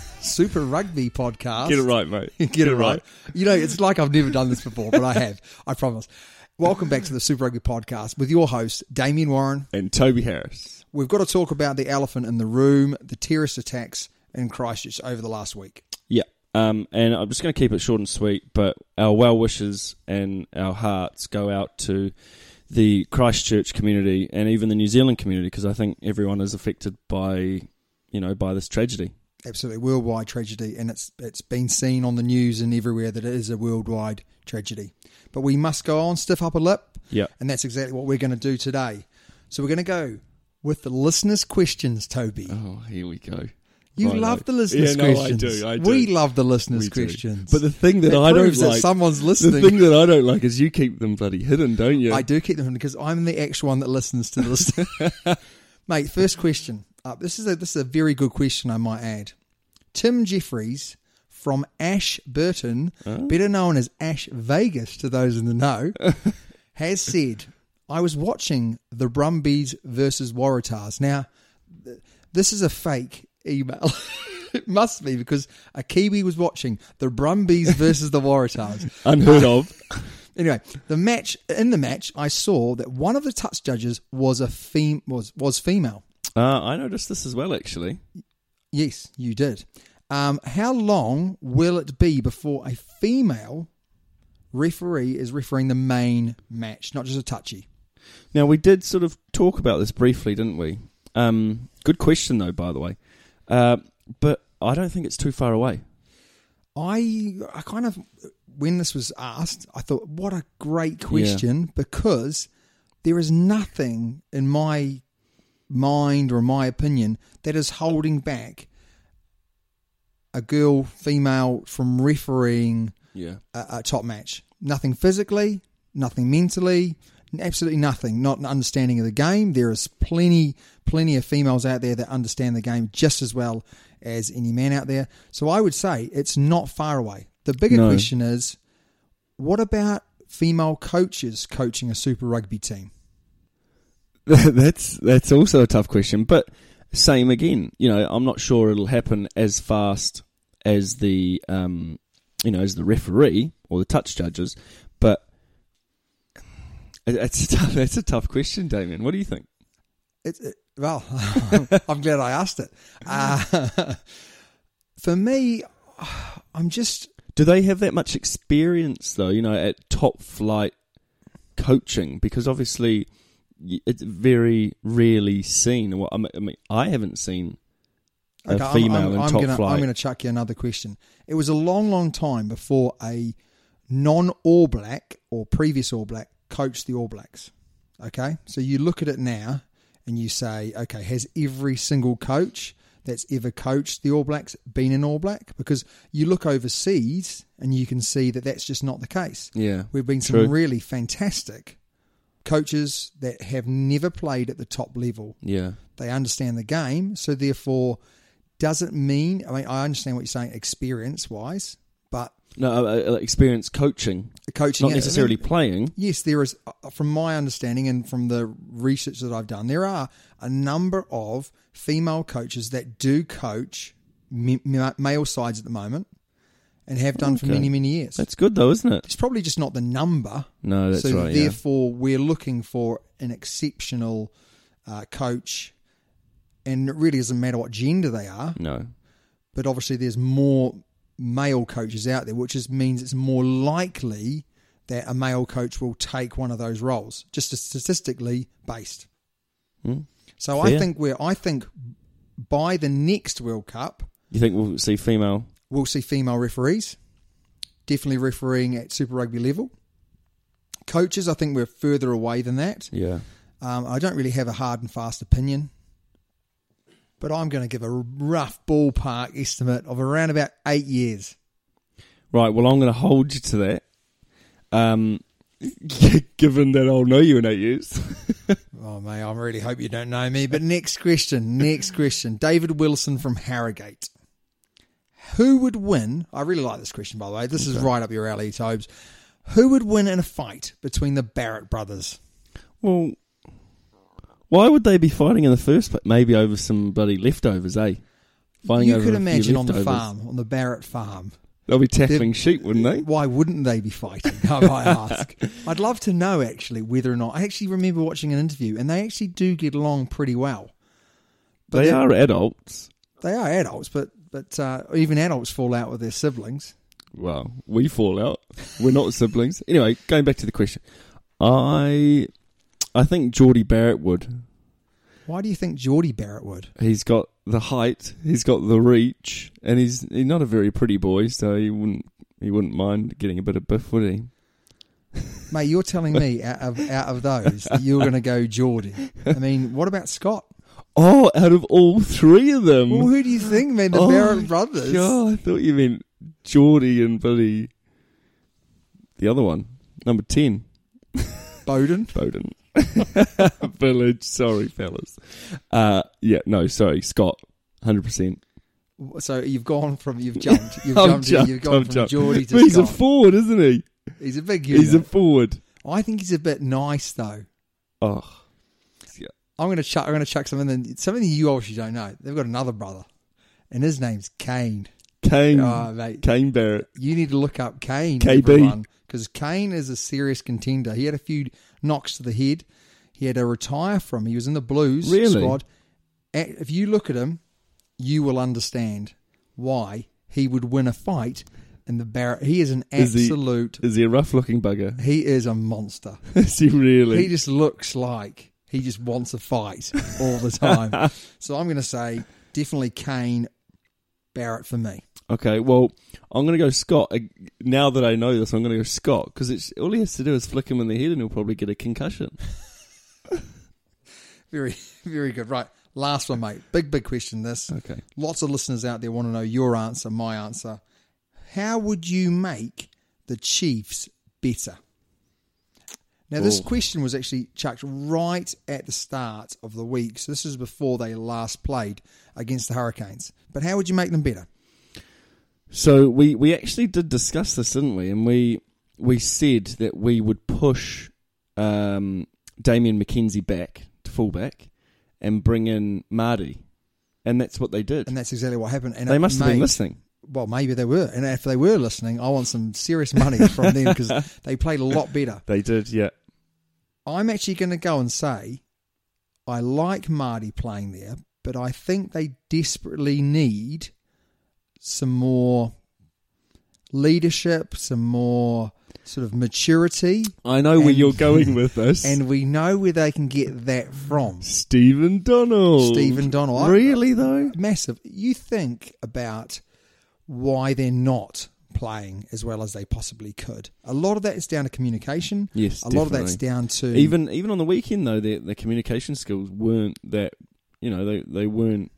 Super Rugby podcast. Get it right, mate. Get, it right. You know, it's like I've never done this before, but I have. I promise. Welcome back to the Super Rugby podcast with your host Damien Warren. And Toby Harris. We've got to talk about the elephant in the room, the terrorist attacks in Christchurch over the last week. Yeah. Um, and I'm just going to keep it short and sweet, but our well wishes and our hearts go out to the Christchurch community and even the New Zealand community because I think everyone is affected by, you know, by this tragedy. Absolutely worldwide tragedy, and it's it's been seen on the news and everywhere that it is a worldwide tragedy. But we must go on, stiff upper lip. Yeah. And that's exactly what we're going to do today. So we're going to go with the listeners' questions, Toby. Oh, here we go. You I know. love the listeners' Yeah, no, I questions. do, I We do. love the listeners' We do. questions. But the thing that, It I don't proves that like, someone's listening. The thing that I don't like is you keep them bloody hidden, don't you? I do keep them in because I'm the actual one that listens to this. Mate, first question. Uh, this is a this is a very good question, I might add. Tim Jeffries from Ash Burton, better known as Ash Vegas to those in the know, has said, "I was watching the Brumbies versus Waratahs." Now, th- this is a fake email. it must be because a Kiwi was watching the Brumbies versus the Waratahs. Unheard of. Anyway, the match in the match, I saw that one of the touch judges was a fem- was was female. Uh, I noticed this as well, actually. Yes, you did. Um, how long will it be before a female referee is refereeing the main match, not just a touchy? Now we did sort of talk about this briefly, didn't we? Um, good question, though. By the way, uh, but I don't think it's too far away. I I kind of when this was asked, I thought, what a great question because there is nothing in my mind or my opinion that is holding back a girl, female, from refereeing Yeah, a, a top match. Nothing physically, nothing mentally, absolutely nothing. Not an understanding of the game. There is plenty, plenty of females out there that understand the game just as well as any man out there. So I would say it's not far away. The bigger No. question is, what about female coaches coaching a Super Rugby team? that's that's also a tough question. But same again, you know, I'm not sure it'll happen as fast as the um, you know as the referee or the touch judges. But it- it's a tough, that's a tough question, Damien. What do you think? It's it, well, I'm glad I asked it. Uh, for me, I'm just Do they have that much experience though? You know, at top flight coaching because obviously y- it's very rarely seen. Well, I mean- I mean, I haven't seen a Okay, I'm- female I'm, in I'm top gonna, flight. I'm going to chuck you another question. It was a long, long time before a non All Black or previous All Black coached the All Blacks. Okay, so you look at it now and you say, okay, has every single coach that's ever coached the All Blacks been an All Black? Because you look overseas and you can see that that's just not the case. Yeah, We've been true. some really fantastic coaches that have never played at the top level. Yeah. They understand the game, so therefore, doesn't mean. I mean, I understand what you're saying, experience wise, but No, uh, uh, experience coaching, coaching not necessarily playing. yes, there is, uh, from my understanding and from the research that I've done, there are a number of female coaches that do coach m- m- male sides at the moment and have done for Okay. many, many years. That's good though, isn't it? it's probably just not the number. No, that's so right, yeah. therefore, we're looking for an exceptional uh, coach, and it really doesn't matter what gender they are. No. But obviously, there's more male coaches out there, which is, means it's more likely that a male coach will take one of those roles, just as statistically based. So I Hmm. Fair. think we're. I think by the next World Cup, You think we'll see female? we'll see female referees, definitely refereeing at Super Rugby level. Coaches, I think we're further away than that. Yeah. Um, I don't really have a hard and fast opinion, but I'm going to give a rough ballpark estimate of around about eight years. Right. Well, I'm going to hold you to that. Um, given that I'll know you in eight years. Oh, mate, I really hope you don't know me. But next question, next question. David Wilson from Harrogate. Who would win? I really like this question, by the way. This is right up your alley, Tobes. Who would win in a fight between the Barrett brothers? well, why would they be fighting in the first place? Maybe over some bloody leftovers, eh? Fighting you over could a few imagine on the leftovers. farm, on the Barrett farm. They'll be tackling They've- sheep, wouldn't they? Why wouldn't they be fighting? I might ask. I'd love to know actually whether or not. I actually remember watching an interview, and they actually do get along pretty well. They they're- are adults. They are adults, but but uh, even adults fall out with their siblings. Well, we fall out. We're not siblings. Anyway, going back to the question, I, I think Geordie Barrett would. Why do you think Geordie Barrett would? He's got the height, he's got the reach, and he's, he's not a very pretty boy, so he wouldn't he wouldn't mind getting a bit of biff, would he? Mate, you're telling me out of out of those that you're going to go Geordie. I mean, what about Scott? Oh, out of all three of them, Well, who do you think, man? The Oh, Barrett brothers. God, I thought you meant Geordie and Buddy. The other one, number ten, Bowden. Bowden Village. Sorry, fellas. Uh, yeah, no, sorry, Scott, hundred percent. So you've gone from you've jumped, you've I've jumped, jumped, you've gone I've from jumped. Geordie to But he's Scott. a forward, isn't he? he's a big He's a unit. forward. I think he's a bit nice though. Oh, I'm gonna chuck. I'm gonna chuck something. That, something that you obviously don't know. They've got another brother, and his name's Kane. Kane, Oh, mate. Kane Barrett. You need to look up Kane, KB. because Kane is a serious contender. He had a few knocks to the head. He had to retire from. He was in the Blues Really? squad. A- If you look at him, you will understand why he would win a fight in the Barrett. He is an Is he- absolute. Is he a rough looking bugger? he is a monster. Is he really? He just looks like he just wants a fight all the time. so I'm going to say definitely Kane Barrett for me. okay, well, I'm going to go Scott. Uh, Now that I know this, I'm going to go Scott because all he has to do is flick him in the head and he'll probably get a concussion. Very, very good. Right. Last one, mate. Big, big question this. Okay. Lots of listeners out there want to know your answer, my answer. How would you make the Chiefs better? Now, this Ooh. question was actually chucked right at the start of the week. So, this is before they last played against the Hurricanes. But how would you make them better? So we, we actually did discuss this, didn't we? And we we said that we would push um, Damien McKenzie back to fullback and bring in Marty, and that's what they did. And that's exactly what happened. And they it must have been made- listening. Well, maybe they were. And if they were listening, I want some serious money from them because they played a lot better. They did, yeah. I'm actually going to go and say I like Marty playing there, but I think they desperately need some more leadership, some more sort of maturity, I know where And- you're going with this. and we know where they can get that from. Stephen Donald. Stephen Donald. I- Really though? Massive. You think about why they're not playing as well as they possibly could. A lot of that is down to communication. Yes, A lot of that's definitely. down to Even even on the weekend though, their their communication skills weren't that you know, they, they weren't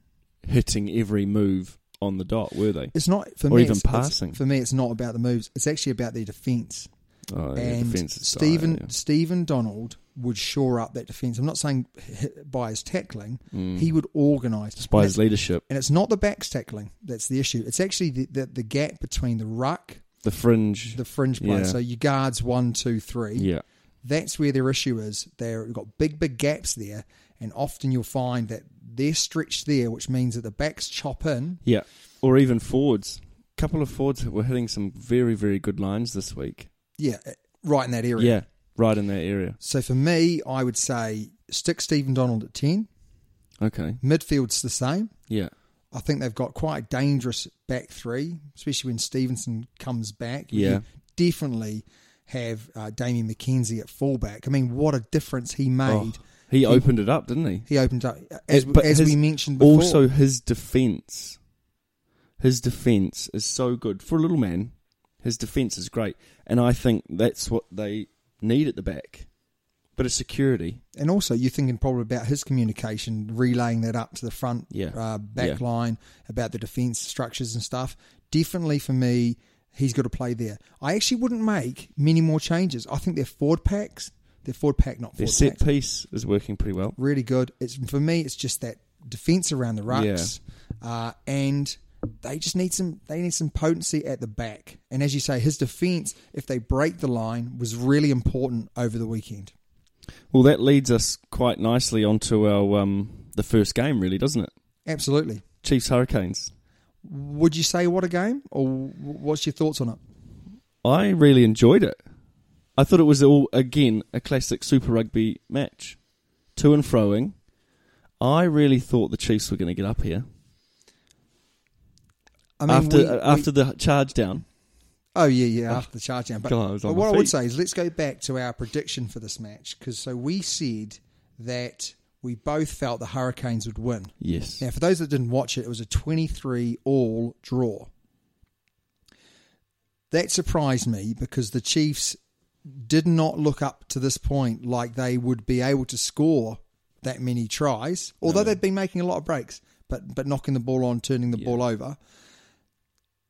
hitting every move on the dot, were they? It's not for Or me. even it's- it's- passing. for me, it's not about the moves. It's actually about their defense. Oh, yeah, and defensive side, Stephen yeah. Stephen Donald would shore up that defense. I'm not saying by his tackling, he would organise. Just Mm. by his leadership, And it's not the backs tackling that's the issue. It's actually the, the, the gap between the ruck, the fringe, the fringe player. Yeah. So your guards one, two, three. yeah, That's where their issue is. They've got big, big gaps there, and often you'll find that they're stretched there, which means that the backs chop in. yeah, or even forwards. A couple of forwards were hitting some very, very good lines this week. Yeah, eh, right in that area. Yeah, right in that area. So for me, I would say stick Stephen Donald at ten. Okay, Midfield's the same. yeah, I think they've got quite a dangerous back three, especially when Stevenson comes back. Yeah. You definitely have uh, Damien McKenzie at fullback. I mean, what a difference Oh. he made. he, opened it up, didn't he? He opened up, Oh. as, But as we his- mentioned before. Also, his defense, his defense is so good for a little man. His defense is great, and I think that's what they need at the back. But it's security. and also, you're thinking probably about his communication, relaying that up to the front Yeah. uh, back Yeah. line, about the defence structures and stuff. Definitely for me, he's got to play there. I actually wouldn't make many more changes. I think they're forward packs. They're forward pack, not Their forward set packs. piece is working pretty well. really good. It's for me, it's just that defense around the rucks, uh, and they just need some. They need some potency at the back. And as you say, his defense, if they break the line, was really important over the weekend. Well, that leads us quite nicely onto our um, the first game, really, doesn't it? Absolutely. Chiefs Hurricanes. Would you say what a game, or w- what's your thoughts on it? I really enjoyed it. I thought it was all again a classic Super Rugby match, to and froing. I really thought the Chiefs were going to get up here I mean, after uh, we- after we- the charge down. oh yeah yeah after the charge down. But, God, I was on but my what I would feet. say is let's go back to our prediction for this match because so we said that we both felt the Hurricanes would win. Yes. Now, for those that didn't watch it, it was a 23 all draw. That surprised me because the Chiefs did not look up to this point like they would be able to score that many tries, although they'd been making a lot of breaks, but but knocking the ball on, turning the ball over.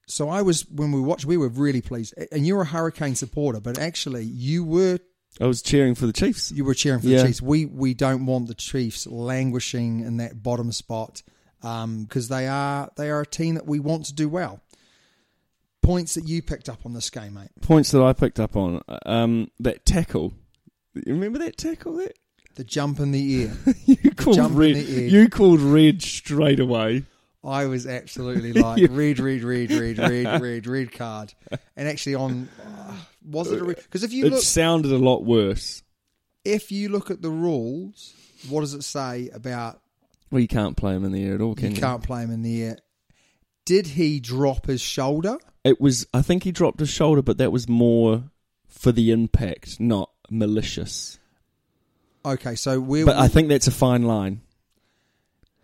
So I was when we watched, we were really pleased. And you're a Hurricane supporter, but actually you were I was cheering for the Chiefs. you were cheering for Yeah. the Chiefs. We we don't want the Chiefs languishing in that bottom spot because they are they are a team that we want to do well. Points that you picked up on this game, mate. Points that I picked up on um, that tackle. You remember that tackle? That The jump in the air. you called jump in red. the air. You called red straight away. I was absolutely like read, read, read, read, read, read, read card. And actually, on uh, was it a because if you it look sounded a lot worse. if you look at the rules, what does it say about Well, you can't play him in the air at all, can you? you can't play him in the air? Did he drop his shoulder? It was. I think he dropped his shoulder, but that was more for the impact, not malicious. Okay, so we're But I think that's a fine line.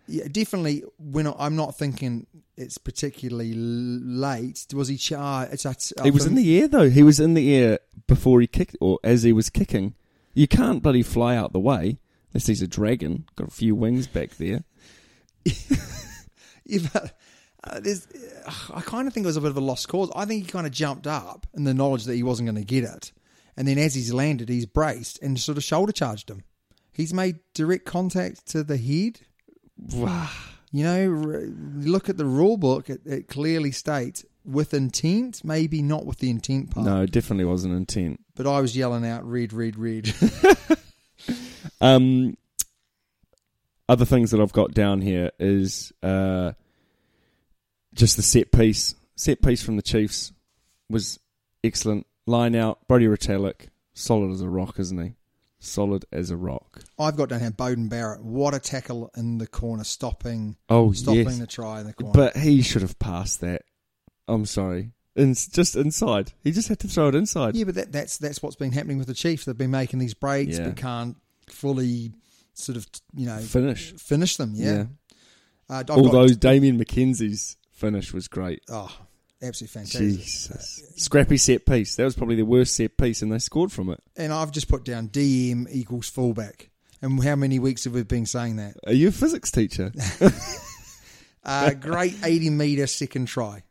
Yeah, definitely. When I- I'm not thinking it's particularly l- late. Was he charged? It's, uh, it's, He was in the air though. He was in the air before he kicked, or as he was kicking. You can't bloody fly out the way unless he's a dragon. Got a few wings back there. Yeah, but, uh, there's, uh, I kind of think it was a bit of a lost cause. I think he kind of jumped up in the knowledge that he wasn't going to get it, and then as he's landed, he's braced and sort of shoulder charged him. He's made direct contact to the head. You know, r- look at the rule book; it, it clearly states with intent, maybe not with the intent part. No, it definitely wasn't intent. But I was yelling out, "Read, read, read." Um, other things that I've got down here is uh, just the set piece. Set piece from the Chiefs was excellent. Line out, Brody Retallick, solid as a rock, isn't he? Solid as a rock. I've got down here Bowden Barrett. What a tackle in the corner, stopping, Oh stopping yes, the try in the corner. but he should have passed that. I'm sorry, In, just inside. He just had to throw it inside. yeah, but that, that's that's what's been happening with the Chiefs. They've been making these breaks, Yeah. but can't fully sort of you know Finish. finish them. Yeah, Yeah. Uh, I've got- Although Damien McKenzie's finish was great. oh, absolutely fantastic. Jesus. Scrappy set piece. That was probably the worst set piece, and they scored from it. And I've just put down DM equals fullback. And how many weeks have we been saying that? Are you a physics teacher? Uh, great 80 meter second try.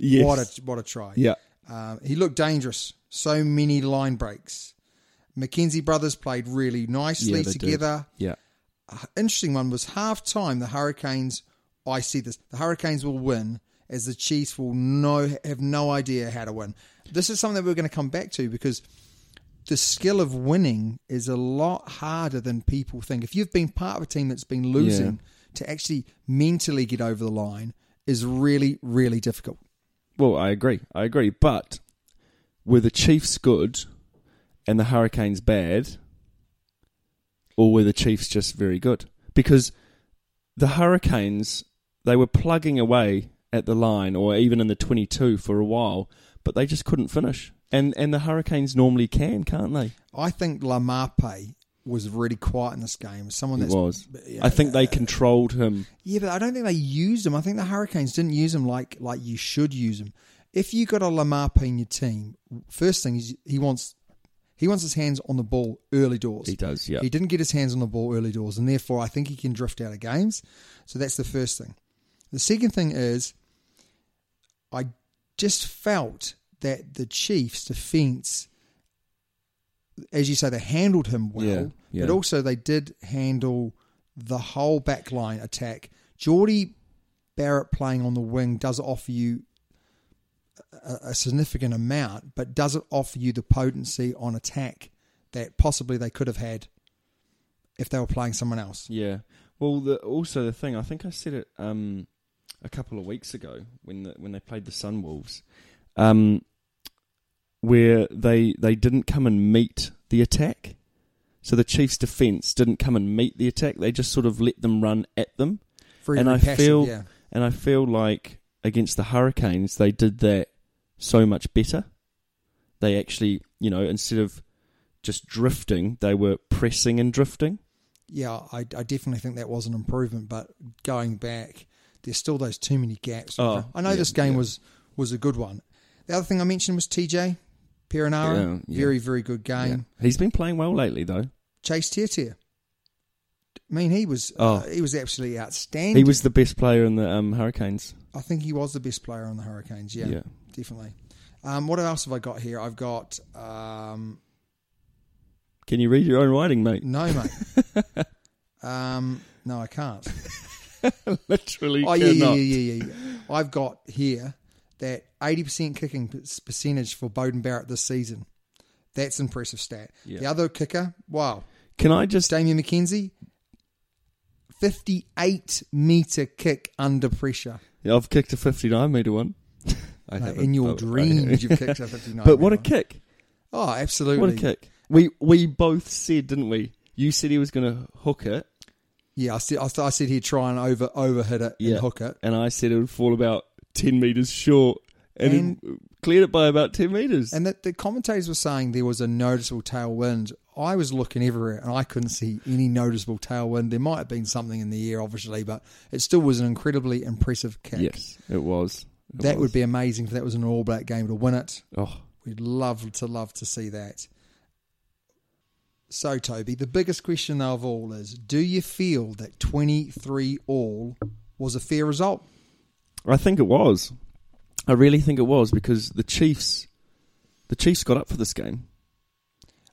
Yes. What a what a try. yeah. Um, he looked dangerous. So many line breaks. McKenzie brothers played really nicely Yeah, they did. together. Yeah. Interesting one was half time. The Hurricanes. I see this. The Hurricanes will win as the Chiefs will no have no idea how to win. This is something that we're going to come back to because the skill of winning is a lot harder than people think. If you've been part of a team that's been losing, to actually mentally get over the line is really really difficult. Well, I agree. I agree. But were the Chiefs good and the Hurricanes bad, or were the Chiefs just very good? Because the Hurricanes they were plugging away at the line or even in the twenty-two for a while, but they just couldn't finish. And and the Hurricanes normally can, can't they? I think Lamape was really quiet in this game. Someone It that's was. yeah, uh, I think they controlled him. yeah, but I don't think they used him. I think the Hurricanes didn't use him like like you should use him. If you got a Lamape in your team, first thing is he wants he wants his hands on the ball early doors. He does, yeah. He didn't get his hands on the ball early doors, and therefore I think he can drift out of games. So that's the first thing. The second thing is, I just felt that the Chiefs' defense, as you say, they handled him well, Yeah, yeah. but also they did handle the whole backline attack. Geordie Barrett playing on the wing does offer you a, a significant amount, but does it offer you the potency on attack that possibly they could have had if they were playing someone else? Yeah. Well, the, also the thing I think I said it um, a couple of weeks ago when the, when they played the Sunwolves, um, where they they didn't come and meet the attack. So the Chiefs' defense didn't come and meet the attack. They just sort of let them run at them. Very, and very I passive, feel yeah. and I feel like against the Hurricanes they did that so much better. They actually, you know, instead of just drifting, they were pressing and drifting. Yeah, I, I definitely think that was an improvement, but going back, there's still those too many gaps. Oh, I know yeah, this game yeah. was was a good one. The other thing I mentioned was TJ Perenara. Yeah, yeah. Very, very good game. Yeah. He's been playing well lately though. Chase Tiertier. I mean, he was Oh. uh, he was absolutely outstanding. He was the best player in the um, Hurricanes. I think he was the best player on the Hurricanes. Yeah, Yeah. definitely. Um, what else have I got here? I've got um, Can you read your own writing, mate? no, mate. um, no, I can't. Literally Oh yeah, yeah, yeah, yeah, yeah. yeah. I've got here that eighty percent kicking p- percentage for Bowden Barrett this season. That's an impressive stat. The other kicker, wow, Can I just? Damien McKenzie, fifty-eight meter kick under pressure. I've kicked a fifty-nine meter one. I Mate, haven't, in your but I dreams, have. you've kicked a fifty-nine. But what a meter. kick! Oh, absolutely! What a kick! We we both said, didn't we? You said he was going to hook it, Yeah, I said, I said- I said he'd try and over overhit it Yeah. and hook it. and I said it would fall about ten meters short, and, he cleared it by about ten meters. And that the commentators were saying there was a noticeable tailwind. I was looking everywhere and I couldn't see any noticeable tailwind. There might have been something in the air, obviously, but it still was an incredibly impressive kick. yes, it was. It that was. would be amazing if that was an All Black game to win it. Oh, We'd love to love to see that. So, Toby, the biggest question though of all is: Do you feel that twenty-three all was a fair result? I think it was. I really think it was because the Chiefs, the Chiefs got up for this game.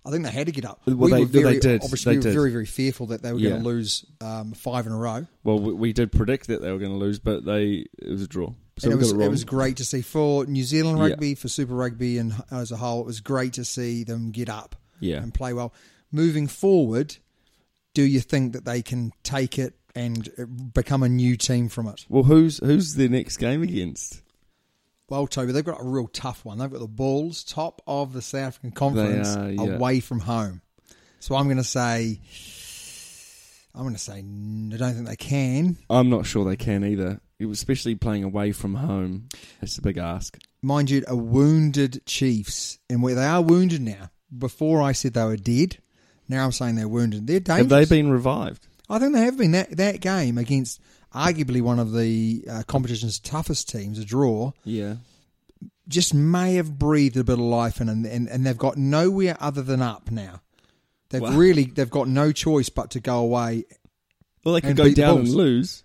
I think they had to get up. Well, we they- were very, they did. Obviously, They we were did. very, very fearful that they were Yeah. going to lose um, five in a row. Well, we, we did predict that they were going to lose, but they it was a draw. So and it we was got it wrong. it was great to see for New Zealand Yeah. rugby, for Super Rugby, and as a whole, it was great to see them get up Yeah. and play well. Moving forward, do you think that they can take it and uh, become a new team from it? Well, who's who's their next game against? Well, Toby, they've got a real tough one. They've got the Bulls, top of the South African Conference, are, yeah. away from home. So I'm going to say, I'm going to say, n- I don't think they can. I'm not sure they can either. Especially playing away from home, it's a big ask. mind you, a wounded Chiefs, and where they are wounded now. Before I said they were dead, now I'm saying they're wounded. They're dangerous. Have they been revived? I think they have been that that game against arguably one of the uh, competition's toughest teams, a draw, Yeah, just may have breathed a bit of life in, and and, and they've got nowhere other than up now. They've Wow. really they've got no choice but to go away. well, they could And go beat the down and Bulls. lose.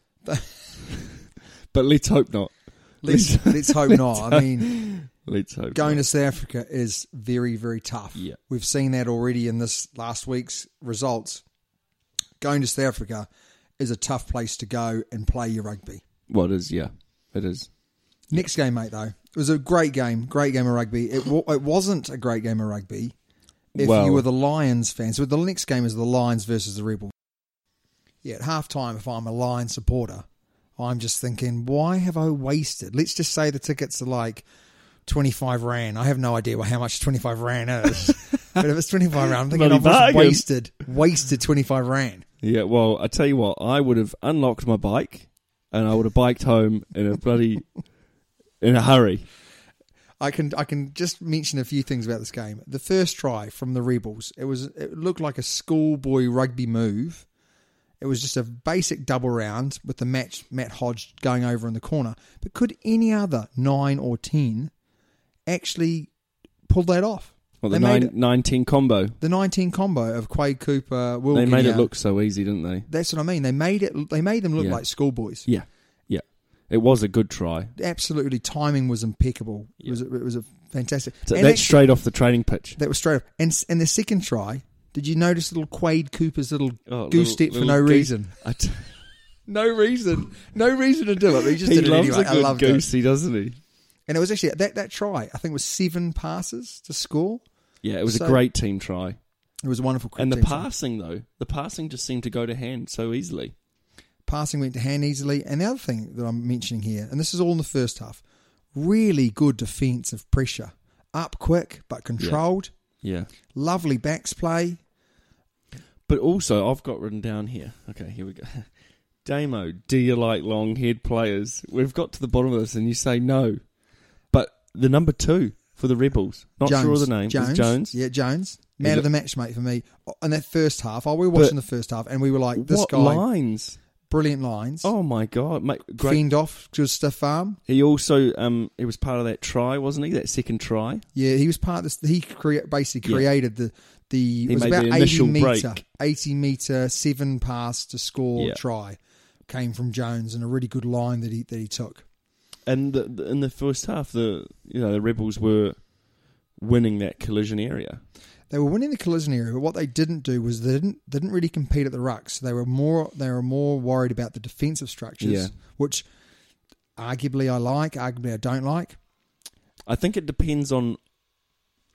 but let's hope not. Let's let's hope not. I mean, Let's hope. going not. to South Africa is very very tough. Yeah. we've seen that already in this last week's results. Going to South Africa is a tough place to go and play your rugby. What is? Yeah, it is. Next game, mate. Though it was a great game, great game of rugby. It wa- it wasn't a great game of rugby if Well- you were the Lions fan. So the next game is the Lions versus the Rebels. Yeah, at halftime, if I'm a Lions supporter, I'm just thinking, why have I wasted? Let's just say the tickets are like twenty five rand. I have no idea wha- how much twenty five rand is, but if it's twenty five rand, I'm thinking Bloody I've just bargain. wasted wasted twenty five rand. Yeah. Well, I tell you what, I would have unlocked my bike, and I would have biked home in a bloody, in a hurry. I can I can just mention a few things about this game. The first try from the Rebels, it was it looked like a schoolboy rugby move. It was just a basic double round with the match Matt Hodge going over in the corner. But could any other nine or ten actually pull that off? Well, the They made nine, 19 combo. the nineteen combo of Quade Cooper. Will They made it Guineau. look so easy, didn't they? That's what I mean. They made it. They made them look Yeah. like schoolboys. Yeah. Yeah. It was a good try. Absolutely, timing was impeccable. It was it was a fantastic. So and that's actually- straight off the training pitch. That was straight up. And s- and the second try, did you notice little Quade Cooper's little Oh, goose little- step for little no goose- reason? I t- No reason. No reason to do it. But he just he did it loves anyway. a I good loved it. goosey, doesn't he? And it was actually that that try. I think it was seven passes to score. Yeah, it was So- a great team try. It was a wonderful. And the team try. passing though, the passing just seemed to go to hand so easily. passing went to hand easily. And the other thing that I'm mentioning here, and this is all in the first half, really good defensive pressure, up quick but controlled. Yeah. Lovely backs play. But also, I've got written down here. Okay, here we go. Damo, do you like long haired players? We've got to the bottom of this, and you say no. But the number two for the Rebels, not Jones, sure of the name, is Jones, Jones. Yeah, Jones. Man Is of the match, mate, for me. In that first half, oh, we were watching But- the first half, and we were like, "This what guy, lines? brilliant lines, Oh my god, mate! Great. fiend off good stuff arm." He also um he was part of that try, wasn't he? That second try. Yeah, he was part of this. He crea- basically Yeah. created the the it He was made about the eighty initial meter, break. eighty meter seven pass to score Yeah. try came from Jones, and a really good line that he that he took. And the, the, in the first half, the you know the rebels were winning that collision area. They were winning the collision area, but what they didn't do was they didn't they didn't really compete at the rucks. They were more they were more worried about the defensive structures, Yeah. which arguably I like, arguably I don't like. I think it depends on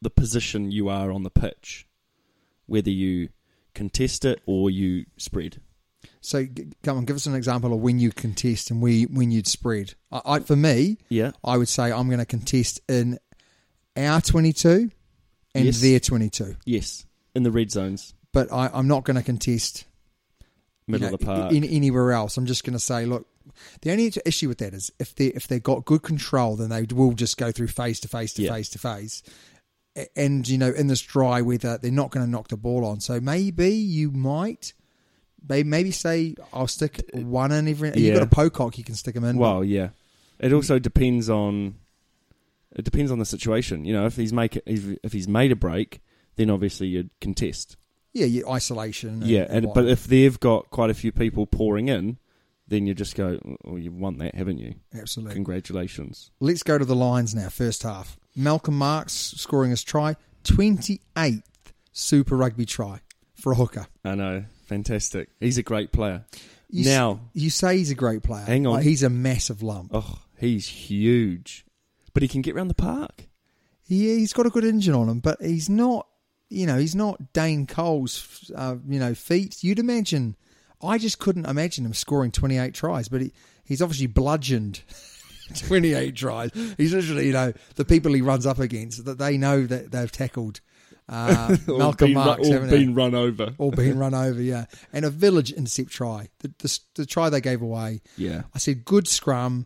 the position you are on the pitch, whether you contest it or you spread. So g- come on, give us an example of when you contest and we when you'd spread. I, I for me, Yeah. I would say I'm going to contest in our 22 and Yes. their 22, Yes, in the red zones, but I, I'm not going to contest you middle of the know, park. in, anywhere else. I'm just going to say, look, the only issue with that is if they if they got good control, then they will just go through phase to phase to Yeah. phase to phase. A- And you know, in this dry weather, they're not going to knock the ball on. So maybe you might, may- maybe say I'll stick one in every. You've got Yeah. a pocock, you can stick them in. well, yeah. It also depends on it depends on the situation. You know, if he's make if, if he's made a break, then obviously you'd contest. yeah, you, isolation. And, Yeah, and and, but whatnot. if they've got quite a few people pouring in, then you just go, "Oh, you've won that, haven't you? absolutely. Congratulations!" Let's go to the lines now. First half, Malcolm Marks scoring his try, 28th Super Rugby try for a hooker. I know, fantastic. He's a great player. You s- now, you say he's a great player. Hang on. Like, he's a massive lump. oh, he's huge, but he can get round the park. Yeah, he's got a good engine on him, but he's not. You know, he's not Dane Cole's. Uh, you know, feats. You'd imagine. I just couldn't imagine him scoring 28 tries, but he, he's obviously bludgeoned 28 tries. He's literally, you know, the people he runs up against that they know that they've tackled uh, Or Malcolm been ru- Marks, or haven't they? been run over. or being run over, yeah. And a village intercept try, the, the, the try they gave away. Yeah, I said good scrum,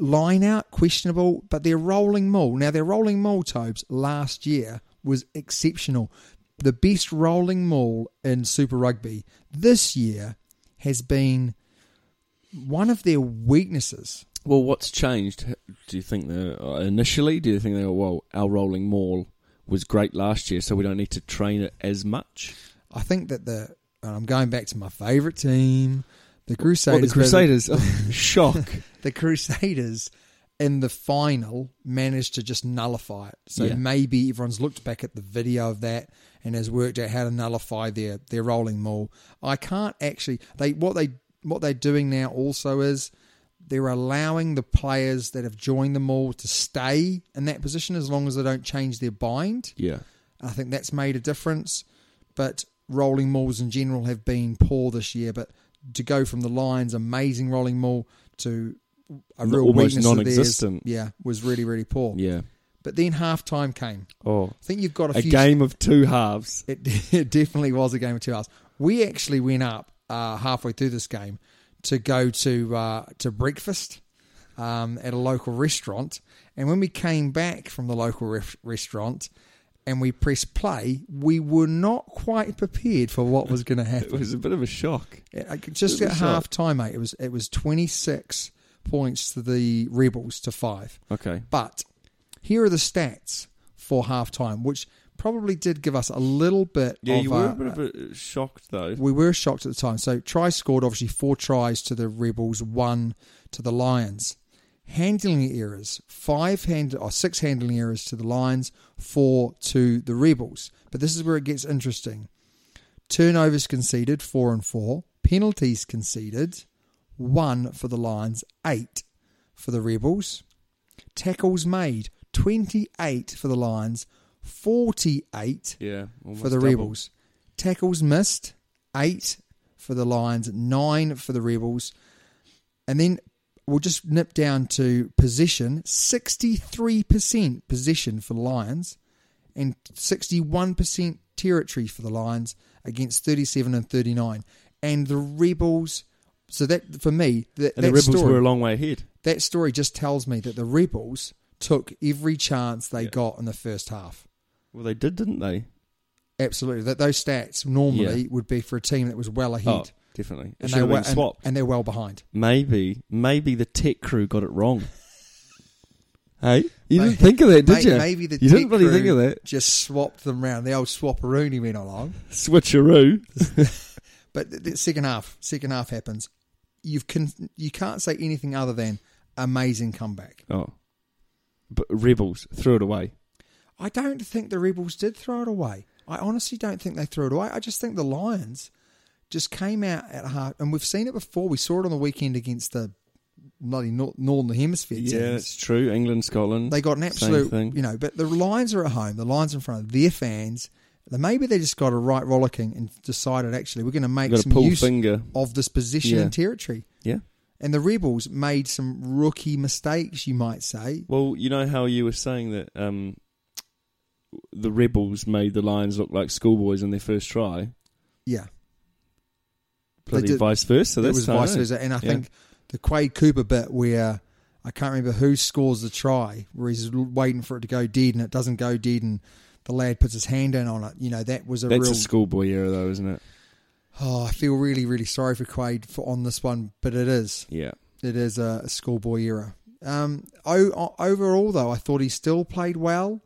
line out questionable, but their rolling maul. Now their rolling maul Tobes last year was exceptional, the best rolling maul in Super Rugby. This year has been one of their weaknesses. Well, what's changed? Do you think the uh, initially? Do you think they go, "Well, our rolling maul was great last year, so we don't need to train it as much"? I think that the and I'm going back to my favourite team, The Well, Crusaders. the Crusaders. Shock. the Crusaders in the final managed to just nullify it. So Yeah. maybe everyone's looked back at the video of that and has worked out how to nullify their their rolling maul. I can't actually they what they what they're doing now also is they're allowing the players that have joined the maul to stay in that position as long as they don't change their bind. Yeah. I think that's made a difference. But rolling mauls in general have been poor this year. But to go from the Lions' amazing rolling maul to a N- real almost weakness of theirs, non-existent. yeah, was really really poor. Yeah. But then half time came. Oh. I think you've got a, A few. game of two halves. It, it definitely was a game of two hours. We actually went up uh, halfway through this game to go to uh, to breakfast um, at a local restaurant, and when we came back from the local ref- restaurant and we pressed play, we were not quite prepared for what was going to It happen. was a bit of a shock. It- I could- just it was at a half time, mate, it was it was twenty six points to the Rebels to five. Okay. But here are the stats for half time, which probably did give us a little bit Yeah, of, you were uh, a bit of a shocked though. we were shocked at the time. So try scored obviously four tries to the Rebels, one to the Lions. Handling errors, five hand or six handling errors to the Lions, four to the Rebels. But this is where it gets interesting. Turnovers conceded, four and four. Penalties conceded, one for the Lions, eight for the Rebels. Tackles made, twenty-eight for the Lions, forty-eight Yeah. almost for the double. Rebels. Tackles missed, eight for the Lions, nine for the Rebels. And then we'll just nip down to possession 63% possession for the Lions and 61% territory for the Lions against 37 and 39. And the Rebels, so that for me, that, And that the Rebels story, were a long way ahead. that story just tells me that the Rebels took every chance they got in the first half. Well, they did, didn't they? Absolutely. That those stats normally Yeah. would be for a team that was well ahead. Oh, definitely. It and should they have were been and, swapped. and they're well behind. maybe, maybe the tech crew got it wrong. hey, you didn't think of that, did May- you? Maybe the you didn't tech really think crew of that. Just swapped them round. The old swapperoonie went along. Switcheroo. But the, the second half, second half happens. You've con- you can't say anything other than amazing comeback. Oh, but Rebels threw it away. I don't think the Rebels did throw it away. I honestly don't think they threw it away. I just think the Lions just came out at heart, and we've seen it before. We saw it on the weekend against the bloody nor- Northern Hemisphere teams. Yeah, it's true. England, Scotland. They got an same absolute, thing. you know, but the Lions are at home. The Lions in front of their fans. Maybe they just got a right rollicking and decided, actually, we're going to make Got a some pull use finger. of this position Yeah. and territory. yeah. And the Rebels made some rookie mistakes, you might say. Well, you know how you were saying that um, the Rebels made the Lions look like schoolboys in their first try. Yeah, Bloody did. vice versa. it That's was time, vice eh? versa. And I Yeah. think the Quade Cooper bit where I can't remember who scores the try, where he's l- waiting for it to go dead and it doesn't go dead, and the lad puts his hand in on it. You know, that was a that's real a schoolboy era, though, isn't it? Oh, I feel really, really sorry for Quade for on this one, but it is. Yeah. It is a a schoolboy era. Um, o- o- overall, though, I thought he still played well.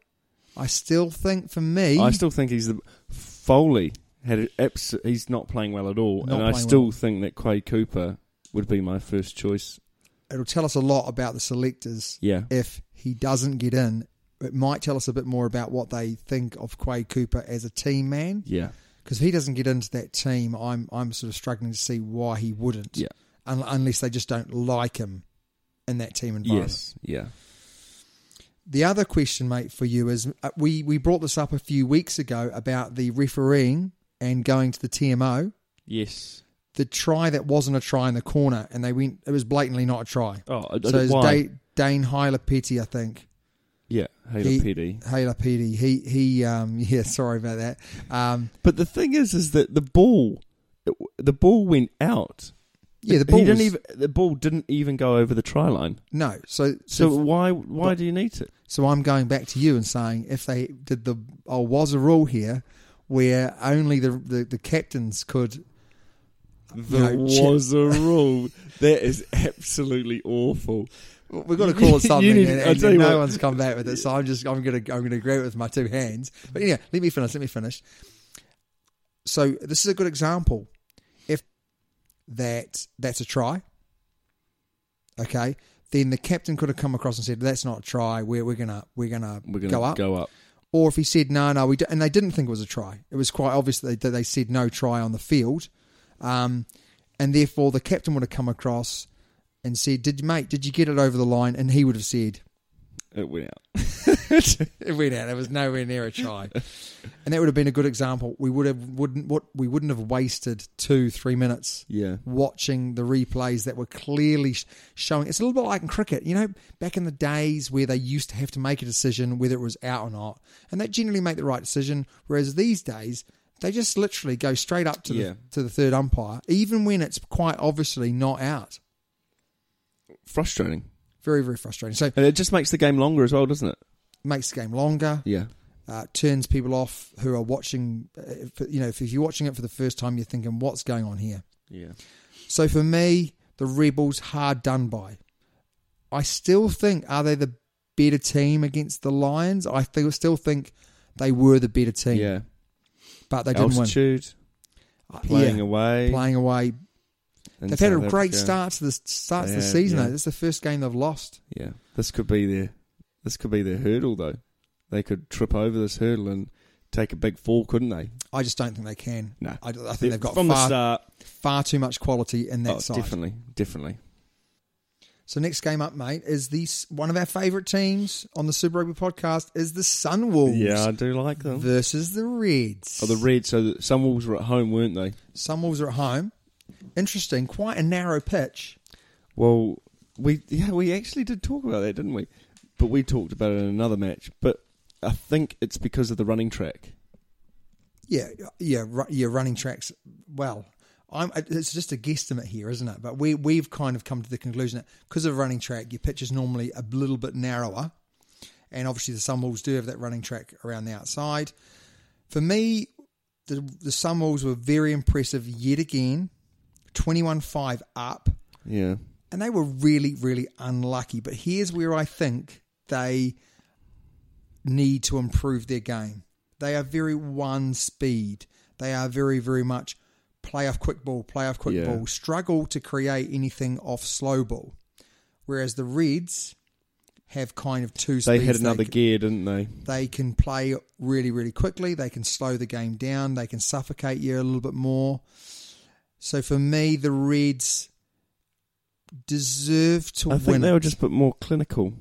I still think for me, I still think he's the Foley had an abs- he's not playing well at all, and Not I playing still well. think that Quay Cooper would be my first choice. it'll tell us a lot about the selectors. Yeah. If he doesn't get in, it might tell us a bit more about what they think of Quade Cooper as a team man. Yeah, Because if he doesn't get into that team, I'm I'm sort of struggling to see why he wouldn't. Yeah. Un- unless they just don't like him in that team environment. yes, yeah. The other question, mate, for you is uh, we we brought this up a few weeks ago about the refereeing and going to the TMO. Yes. The try that wasn't a try in the corner, and they went. It was blatantly not a try. Oh, I- I- so it's why? Da- Dane Hylapiti, I think. Yeah, Hayley He- PD. Hylapiti. He he. Um. Yeah. Sorry about that. Um. But the thing is, is that the ball, it w- the ball went out. Yeah. He The ball didn't was- even. The ball didn't even go over the try line. No. So So so why? Why do you need to? so I'm going back to you and saying if they did the oh was a rule here where only the the, the captains could. There know, chi- was a rule. that is absolutely awful. We've got to call it You something, need- and, I'll and tell you no what. one's come back with it. So I'm just I'm gonna I'm gonna agree with my two hands. But yeah, let me finish. Let me finish. So this is a good example. If that that's a try. Okay, then the captain could have come across and said, "That's not a try. We're we're gonna we're gonna, We're going to go up." Go up. Or if he said, "No, no, we," do and they didn't think it was a try. It was quite obvious that they, that they said no try on the field, um, and therefore the captain would have come across and said, "Did mate? Did you get it over the line?" And he would have said, It went out. it went out. It was nowhere near a try, and that would have been a good example. We would have wouldn't what we wouldn't have wasted two three minutes Yeah. watching the replays that were clearly sh- showing. It's a little bit like in cricket, you know, back in the days where they used to have to make a decision whether it was out or not, and they generally make the right decision. Whereas these days. They just literally go straight up to Yeah. the to the third umpire, even when it's quite obviously not out. Frustrating. Very, very frustrating. So it And it just makes the game longer as well, doesn't it? makes the game longer. Yeah. uh, turns people off who are watching. uh, If, you know, if, if you're watching it for the first time, you're thinking, "What's going on here?" Yeah. So for me, the Rebels hard done by. I still think are they the better team against the Lions? I th- still think they were the better team, Yeah. but they didn't Altitude, win. playing Yeah, away. playing away. in They've had a South great Africa. start to the start to the Yeah, season. yeah. Though. This is the first game they've lost. Yeah. This could be their this could be their hurdle though. They could trip over this hurdle and take a big fall, couldn't they? I just don't think they can. No. I, I think they've got from the far, start. far too much quality in that oh, side. definitely, definitely. So next game up, mate, is the one of our favourite teams on the Super Rugby podcast is the Sunwolves Yeah, I do like them. versus the Reds. oh, the Reds. So the Sunwolves were at home, weren't they? Sunwolves are at home. Interesting, quite a narrow pitch. Well, we yeah we actually did talk about that, didn't we? But we talked about it in another match. But I think it's because of the running track. Yeah, yeah, ru- yeah. Running tracks. Well, I'm. It's just a guesstimate here, isn't it? But we we've kind of come to the conclusion that because of running track, your pitch is normally a little bit narrower, and obviously the Sunwolves do have that running track around the outside. For me, the the Sunwolves were very impressive yet again, twenty one five up, Yeah, and they were really really unlucky. But here's where I think they need to improve their game. They are very one speed. They are very, very much play off quick ball, play off quick Yeah. ball, struggle to create anything off slow ball. Whereas the Reds have kind of two they speeds. had another can, gear, didn't they? they can play really, really quickly. They can slow the game down. They can suffocate you a little bit more. So for me, the Reds deserve to I win. think they it were just a bit more clinical.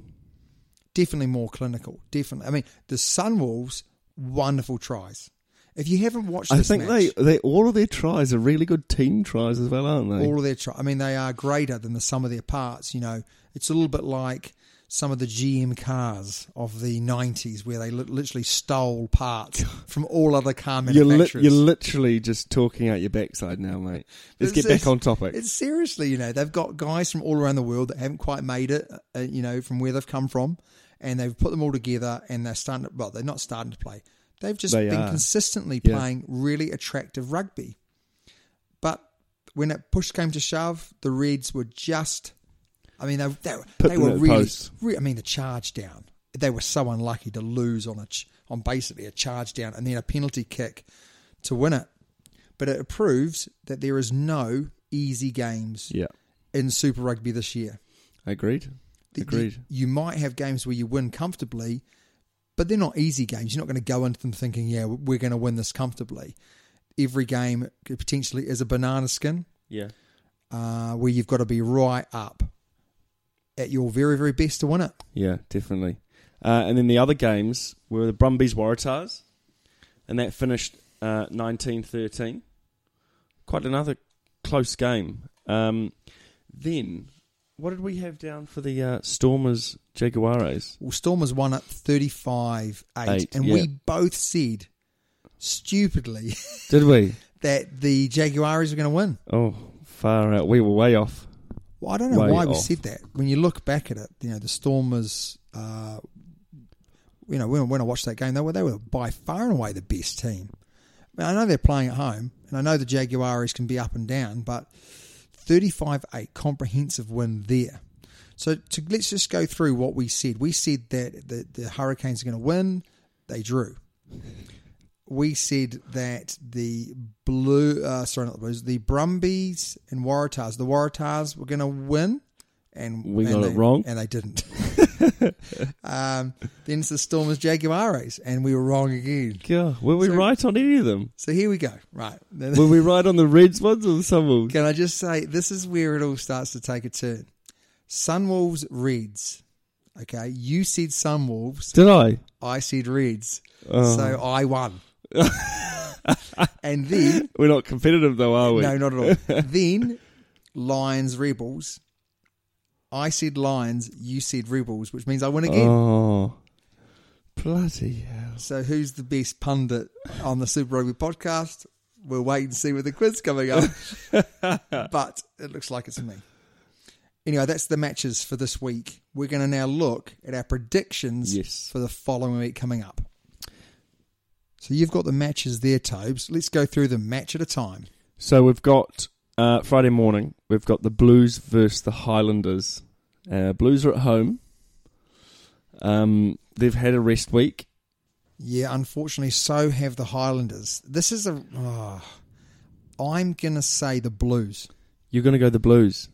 definitely more clinical. Definitely, I mean the Sunwolves, wonderful tries. If you haven't watched, I this think match, they, they all of their tries are really good team tries as well, aren't they? all of their tries. I mean, they are greater than the sum of their parts. You know, it's a little bit like some of the GM cars of the '90s, where they li- literally stole parts from all other car you're, li- manufacturers. you're literally just talking out your backside now, mate. Let's It's- get back it's- on topic. It's seriously, you know, they've got guys from all around the world that haven't quite made it, uh, you know, from where they've come from, and they've put them all together, and they're starting. To, well, they're not starting to play. They've just They been are. consistently Yeah. playing really attractive rugby, but when it push came to shove, the Reds were just. I mean, they they, Put they them were at the really. post. re- I mean, the charge down. They were so unlucky to lose on a ch- on basically a charge down and then a penalty kick to win it. But it proves that there is no easy games Yeah, in Super Rugby this year. agreed. The- the- Agreed. You might have games where you win comfortably, but they're not easy games. You're not going to go into them thinking, "Yeah, we're going to win this comfortably." Every game potentially is a banana skin Yeah, uh, where you've got to be right up at your very, very best to win it. yeah, definitely. Uh, and then the other games were the Brumbies Waratahs, and that finished uh, 19-13. Quite another close game. Um, then, what did we have down for the uh, Stormers Jaguares? Well, Stormers won at 35 8. Eight, And yeah. we both said, stupidly, Did we? that the Jaguares were going to win. Oh, far out. We were way off. Well, I don't know Way why we off. said that. When you look back at it, you know the Stormers. Uh, you know when, when I watched that game, they were they were by far and away the best team. I, mean, I know they're playing at home, and I know the Jaguares can be up and down, but thirty-five-eight comprehensive win there. So to, let's just go through what we said. We said that the, the Hurricanes are going to win. They drew. we said that the blue, uh, sorry, not the blues, the Brumbies and Waratahs, the Waratahs were going to win, and We and got it they- wrong. and they didn't. um, then it's the Stormers Jaguares, and we were wrong again. Yeah, were we right on any of them? So here we go. Right. Were we right on the Reds ones or the Sunwolves? Can I just say this is where it all starts to take a turn. Sunwolves Reds. Okay, you said Sunwolves, Did I? I said Reds, so I won. and then We're not competitive though, are we? no, not at all. then Lions Rebels. I said Lions, you said Rebels, which means I win again. Oh, bloody hell! So who's the best pundit on the Super Rugby podcast? We'll wait and see with the quiz coming up. but it looks like it's me. Anyway, that's the matches for this week. We're going to now look at our predictions Yes. for the following week coming up. So you've got the matches there, Tobes. Let's go through them match at a time. So we've got uh, Friday morning. We've got the Blues versus the Highlanders. Uh, Blues are at home. Um, they've had a rest week. Yeah, unfortunately, so have the Highlanders. This is a. oh, I'm going to say the Blues. You're going to go the Blues.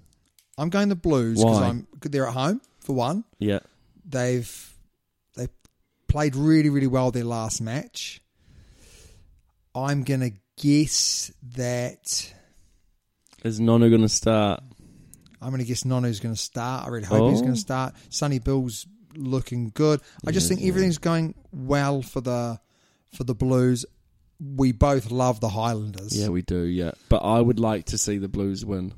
I'm going the Blues because Why? I'm they're at home for one. Yeah. they've they played really really well their last match. I'm gonna guess that Is Nonu going to start? I'm gonna guess Nonu's gonna start. I really hope he's Oh. gonna start. Sonny Bill's looking good. I just think everything's going well for the for the Blues. We both love the Highlanders. Yeah, we do. Yeah, but I would like to see the Blues win.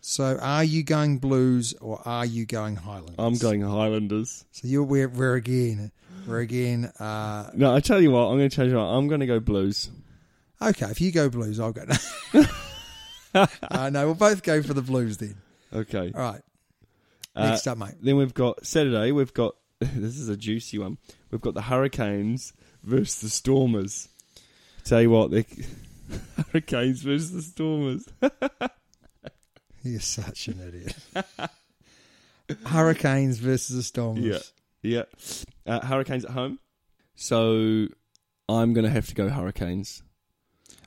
So are you going Blues or are you going Highlanders? I'm going Highlanders. So you're we're, we're again we're again uh, No, I tell you what, I'm going to change my. I'm going to go Blues. Okay, if you go blues, I'll go. uh, no, we'll both go for the blues then. Okay. All right. Uh, Next up, mate. Then we've got Saturday. We've got this is a juicy one. We've got the Hurricanes versus the Stormers. Tell you what, the Hurricanes versus the Stormers. You're such an idiot. Hurricanes versus the Stormers. yeah, yeah. Uh, hurricanes at home. So I'm going to have to go Hurricanes.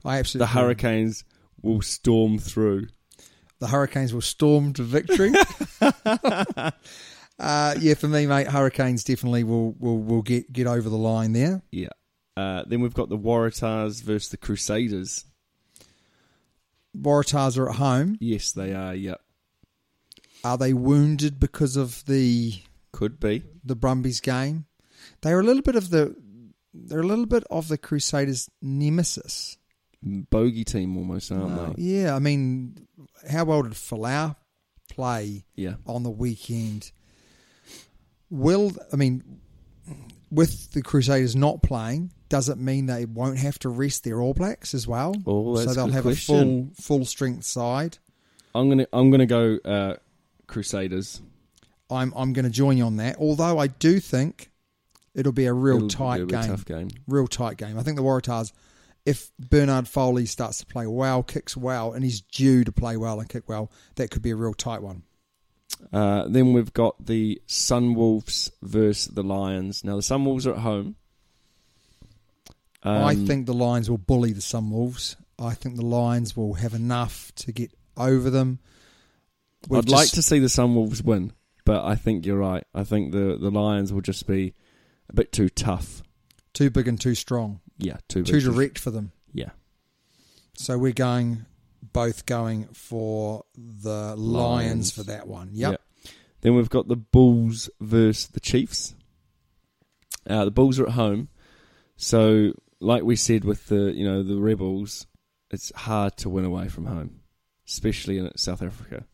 I The absolutely. Hurricanes will storm through. The Hurricanes will storm to victory. uh, yeah, for me, mate, Hurricanes definitely will will will get get over the line there. Yeah. Uh, then we've got the Waratahs versus the Crusaders. Waratahs are at home. Yes, they are. Yeah, Are they wounded because of the could be. the Brumbies game? They are a little bit of the they're a little bit of the Crusaders' nemesis. Bogey team almost, aren't they? Yeah, I mean, how well did Falau play Yeah. on the weekend? Will I mean, with the Crusaders not playing, does it mean they won't have to rest their All Blacks as well? Oh, that's so a they'll good have question. a full full strength side. I'm gonna I'm gonna go uh, Crusaders. I'm I'm going to join you on that. Although I do think it'll be a real It'll- tight it'll be a game, tough game. real tight game. I think the Waratahs, if Bernard Foley starts to play well, kicks well, and he's due to play well and kick well, that could be a real tight one. Uh, then we've got the Sunwolves versus the Lions. Now the Sunwolves are at home. I Um, think the Lions will bully the Sunwolves. I think the Lions will have enough to get over them. We've I'd like just- to see the Sunwolves win, but I think you're right. I think the the Lions will just be a bit too tough. too big and too strong, Yeah, too too big. direct for them. Yeah, So we're going, both going for the Lions, Lions. for that one. Yep. Yeah. Then we've got the Bulls versus the Chiefs. Uh, the Bulls are at home, so like we said with the you know the Rebels, it's hard to win away from home, especially in South Africa.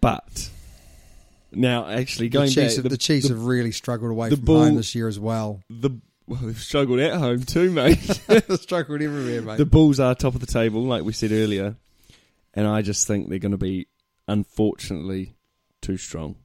But now, actually, going the Chiefs, back, have, the, Chiefs have really struggled away the from ball- home this year as well. the well, they've struggled at home too, mate. struggled everywhere, mate. the Bulls are top of the table, like we said earlier, and I just think they're going to be unfortunately too strong.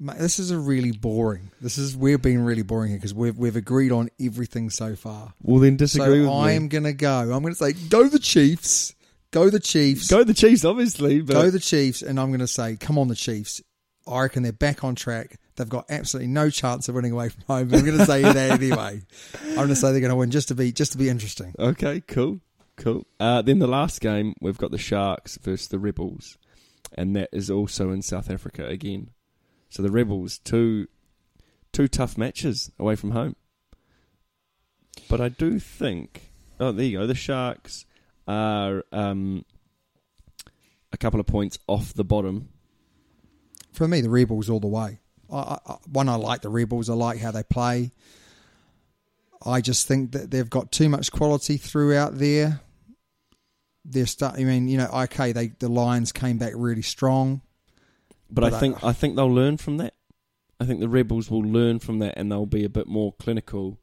Mate, this is a really boring. This is we're being really boring here because we've we've agreed on everything so far. Well, then disagree with so me. I am gonna go. I'm gonna say go the Chiefs, go the Chiefs, Go the Chiefs, obviously. But go the Chiefs, and I'm gonna say come on the Chiefs. I reckon they're back on track. They've got absolutely no chance of winning away from home. But I'm going to say that anyway. I'm going to say they're going to win just to be just to be interesting. Okay, cool, cool. Uh, then the last game we've got the Sharks versus the Rebels, and that is also in South Africa again. So the Rebels two two tough matches away from home, but I do think oh there you go the Sharks are um, a couple of points off the bottom. For me, the Rebels all the way. I, I, I- one, I like the Rebels. I like how they play. I just think that they've got too much quality throughout there. They're start. I mean, you know, okay, they the Lions came back really strong. But, But I I- think I think they'll learn from that. I think the rebels will learn from that, and they'll be a bit more clinical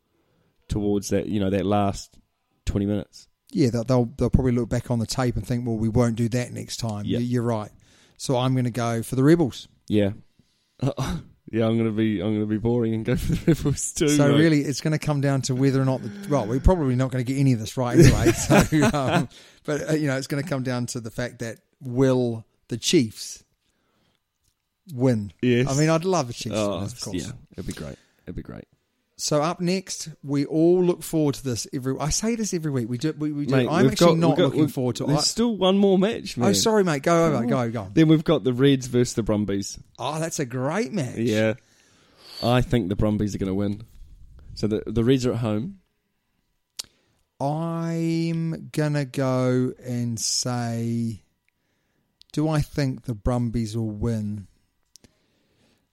towards that. You know, that last twenty minutes. yeah, they'll, they'll they'll probably look back on the tape and think, well, we won't do that next time. Yeah. You- You're right. So I'm going to go for the Rebels. Yeah, yeah. I'm gonna be I'm gonna be boring and go for the rebels too. so mate. really, it's going to come down to whether or not. The, well, we're probably not going to get any of this right anyway. so, um, but uh, you know, it's going to come down to the fact that will the Chiefs win? Yes. I mean, I'd love the Chiefs, to oh, win, of course. yeah, it'd be great. It'd be great. So up next, we all look forward to this every. I say this every week. We do. We, we do. Mate, I'm we've actually got- not we've got- looking we've- forward to. There's I, still one more match. Man. oh, sorry, mate. Go over. Go go. Then we've got the Reds versus the Brumbies. Oh, that's a great match. Yeah, I think the Brumbies are going to win. So the the Reds are at home. I'm gonna go and say, do I think the Brumbies will win?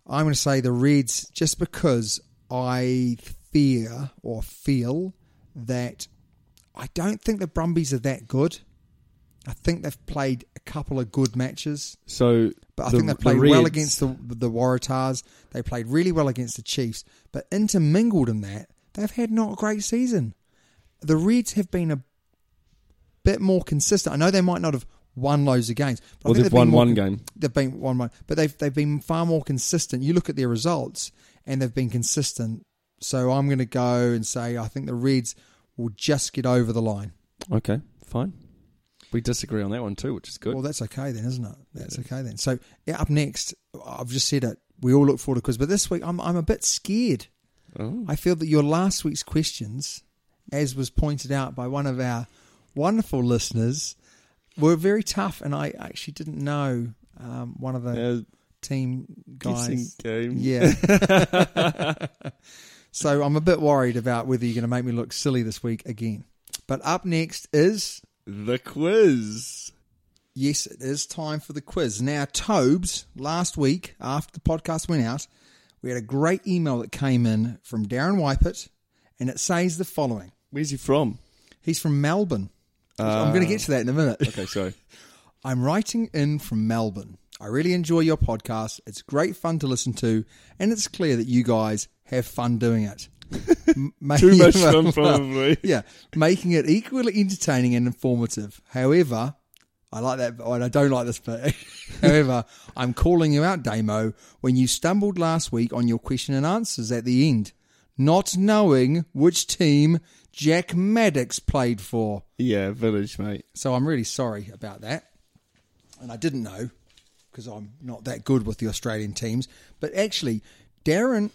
I'm gonna say the Reds, just because I fear or feel that I don't think the Brumbies are that good. I think they've played a couple of good matches, So, but I the- think they the played well Reds- against the the Waratahs. They played really well against the Chiefs, but intermingled in that, they've had not a great season. The Reds have been a bit more consistent. I know they might not have won loads of games. But Well, I think they've been won more- one game. They've been one one, but they've they've been far more consistent. You look at their results, and they've been consistent. So I'm going to go and say I think the Reds will just get over the line. Okay, fine. We disagree on that one too, which is good. Well, that's okay then, isn't it? That's okay then. So yeah, up next, I've just said it. We all look forward to quiz, but this week I'm I'm a bit scared. I feel that your last week's questions, as was pointed out by one of our wonderful listeners, were very tough, and I actually didn't know um, one of the team guys. game. Yeah. so I'm a bit worried about whether you're going to make me look silly this week again. But up next is The quiz. Yes, it is time for the quiz. Now, Tobes, last week after the podcast went out, we had a great email that came in from Darren Wipert, and it says the following. Where's he from? He's from Melbourne. I'm going to get to that in a minute. Okay, sorry. I'm writing in from Melbourne. I really enjoy your podcast. It's great fun to listen to, and it's clear that you guys have fun doing it. M- Too much yeah, fun, well, probably. Yeah, making it equally entertaining and informative. However, I like that, and I don't like this bit. However, I'm calling you out, Damo, when you stumbled last week on your question and answers at the end, not knowing which team Jack Maddox played for. Yeah, village, mate. So I'm really sorry about that. And I didn't know because I'm not that good with the Australian teams. But actually, Darren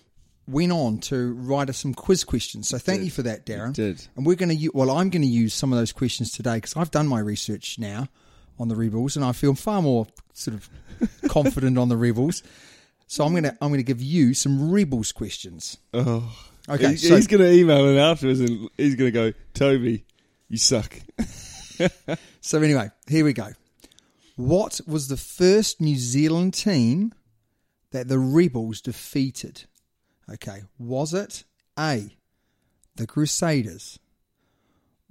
went on to write us some quiz questions. So thank you for that, Darren. did. And we're going to u- well, I'm going to use some of those questions today because I've done my research now on the Rebels, and I feel far more sort of confident on the Rebels. So I'm gonna I'm gonna give you some Rebels questions. Oh, Okay, He- so- he's going to email it afterwards, and he's going to go, Toby, you suck. So anyway, here we go. What was the first New Zealand team that the Rebels defeated? Okay, was it A, the Crusaders?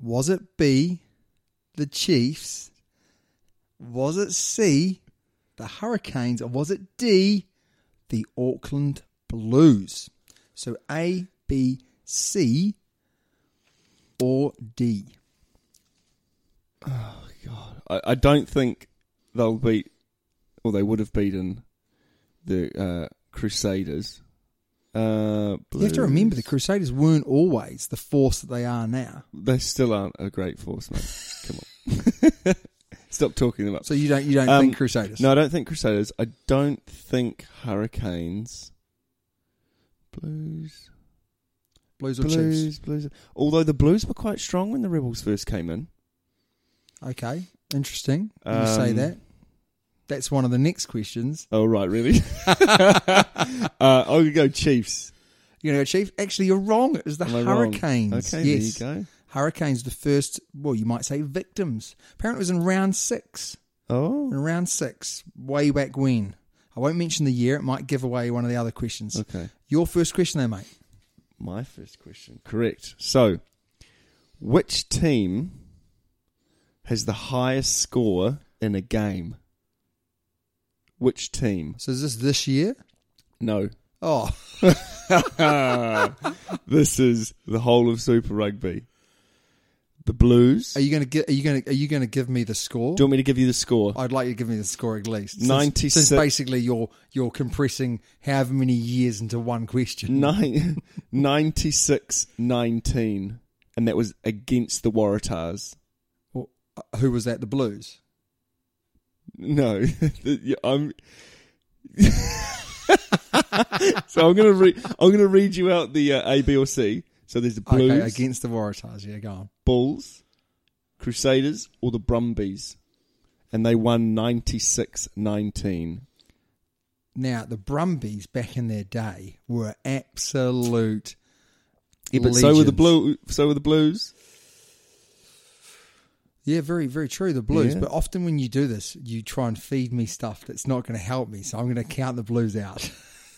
Was it B, the Chiefs? Was it C, the Hurricanes? Or was it D, the Auckland Blues? So A, B, C, or D? I, I don't think they'll beat, or they would have beaten the uh, Crusaders. Uh, You have to Blues. remember the Crusaders weren't always the force that they are now. They still aren't a great force, mate. Come on. Stop talking them up. So you don't you don't Um, think Crusaders? No, I don't think Crusaders. I don't think Hurricanes. Blues. Blues or Blues, Chiefs? blues. Although the Blues were quite strong when the Rebels first came in. Okay, interesting. You say Um, that. That's one of the next questions. Oh, right, really? uh, I'll go Chiefs. You know, Chief. Actually, you're wrong. It was the Am I wrong? Hurricanes. Okay, yes. there you go. Hurricanes, the first. Well, you might say victims. Apparently, it was in round six. In Oh, round six, way back when. I won't mention the year. It might give away one of the other questions. okay. Your first question, there, mate. My first question. Correct. So, which team has the highest score in a game? Which team? So is this this year? No. Oh, This is the whole of Super Rugby. The Blues. are you gonna get? Are you gonna? Are you gonna give me the score? Do you want me to give you the score? I'd like you to give me the score at least. Since- 96 Since basically you're you're compressing however many years into one question. Nine, 96 19. And that was against the Waratahs. Well, uh, who was that? The Blues. No, Yeah, I'm. so I'm gonna read. I'm gonna read you out the uh, A, B, or C. So there's the Blues, Okay, against the Waratahs. Yeah, go on. Bulls, Crusaders, or the Brumbies, and they won 96-19. Now the Brumbies back in their day were absolute. Yeah, but so were the legends. blue. So were the Blues. Yeah, very, very true. The Blues. Yeah. But often when you do this, you try and feed me stuff that's not going to help me. So I'm going to count the Blues out.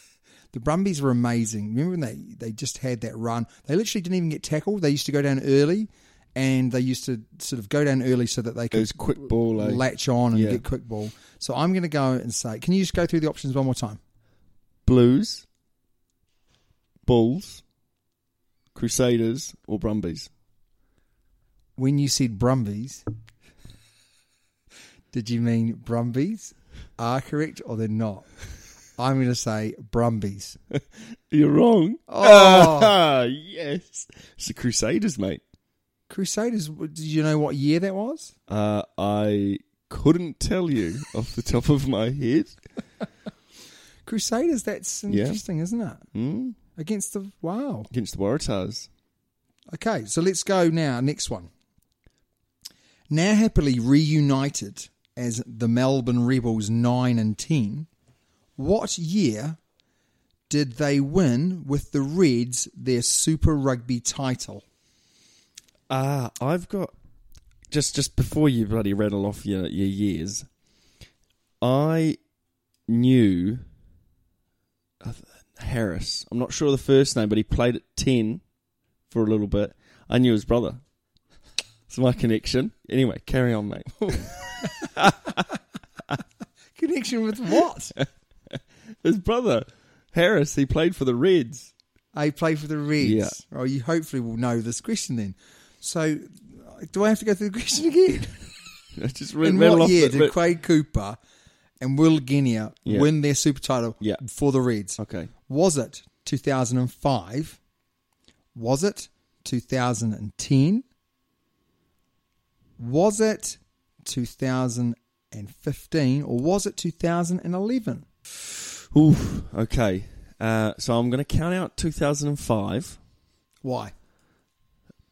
the Brumbies were amazing. Remember when they, they just had that run? They literally didn't even get tackled. They used to go down early and they used to sort of go down early so that they It was could quick ball. Eh? latch on and Yeah. get quick ball. So I'm going to go and say, can you just go through the options one more time? Blues, Bulls, Crusaders, or Brumbies. When you said Brumbies, did you mean Brumbies are correct or they're not? I'm going to say Brumbies. You're wrong. Oh, yes. It's the Crusaders, mate. Crusaders. w- Do you know what year that was? Uh, I couldn't tell you off the top of my head. Crusaders. That's Yeah. interesting, isn't it? Hmm? Against the wow. Against the Waratahs. Okay, so let's go now. Next one. Now happily reunited as the Melbourne Rebels nine and ten. What year did they win with the Reds their Super Rugby title? Ah, I've got just just before you bloody rattle off your your years. I knew uh, Harris. I'm not sure the first name, but he played at ten for a little bit. I knew his brother. It's my connection. Anyway, carry on, mate. Connection with what? his brother Harris. He played for the Reds. I play for the Reds. Yeah. Well, you hopefully will know this question then. So, do I have to go through the question again? I just read, In rattle what off year the- did Quade Cooper and Will Genia Yeah. win their super title Yeah. for the Reds? Okay. Was it 2005? Was it 2010? Was it 2015? Or was it 2011? Oof. Okay. Uh, so I'm going to count out 2005 Why?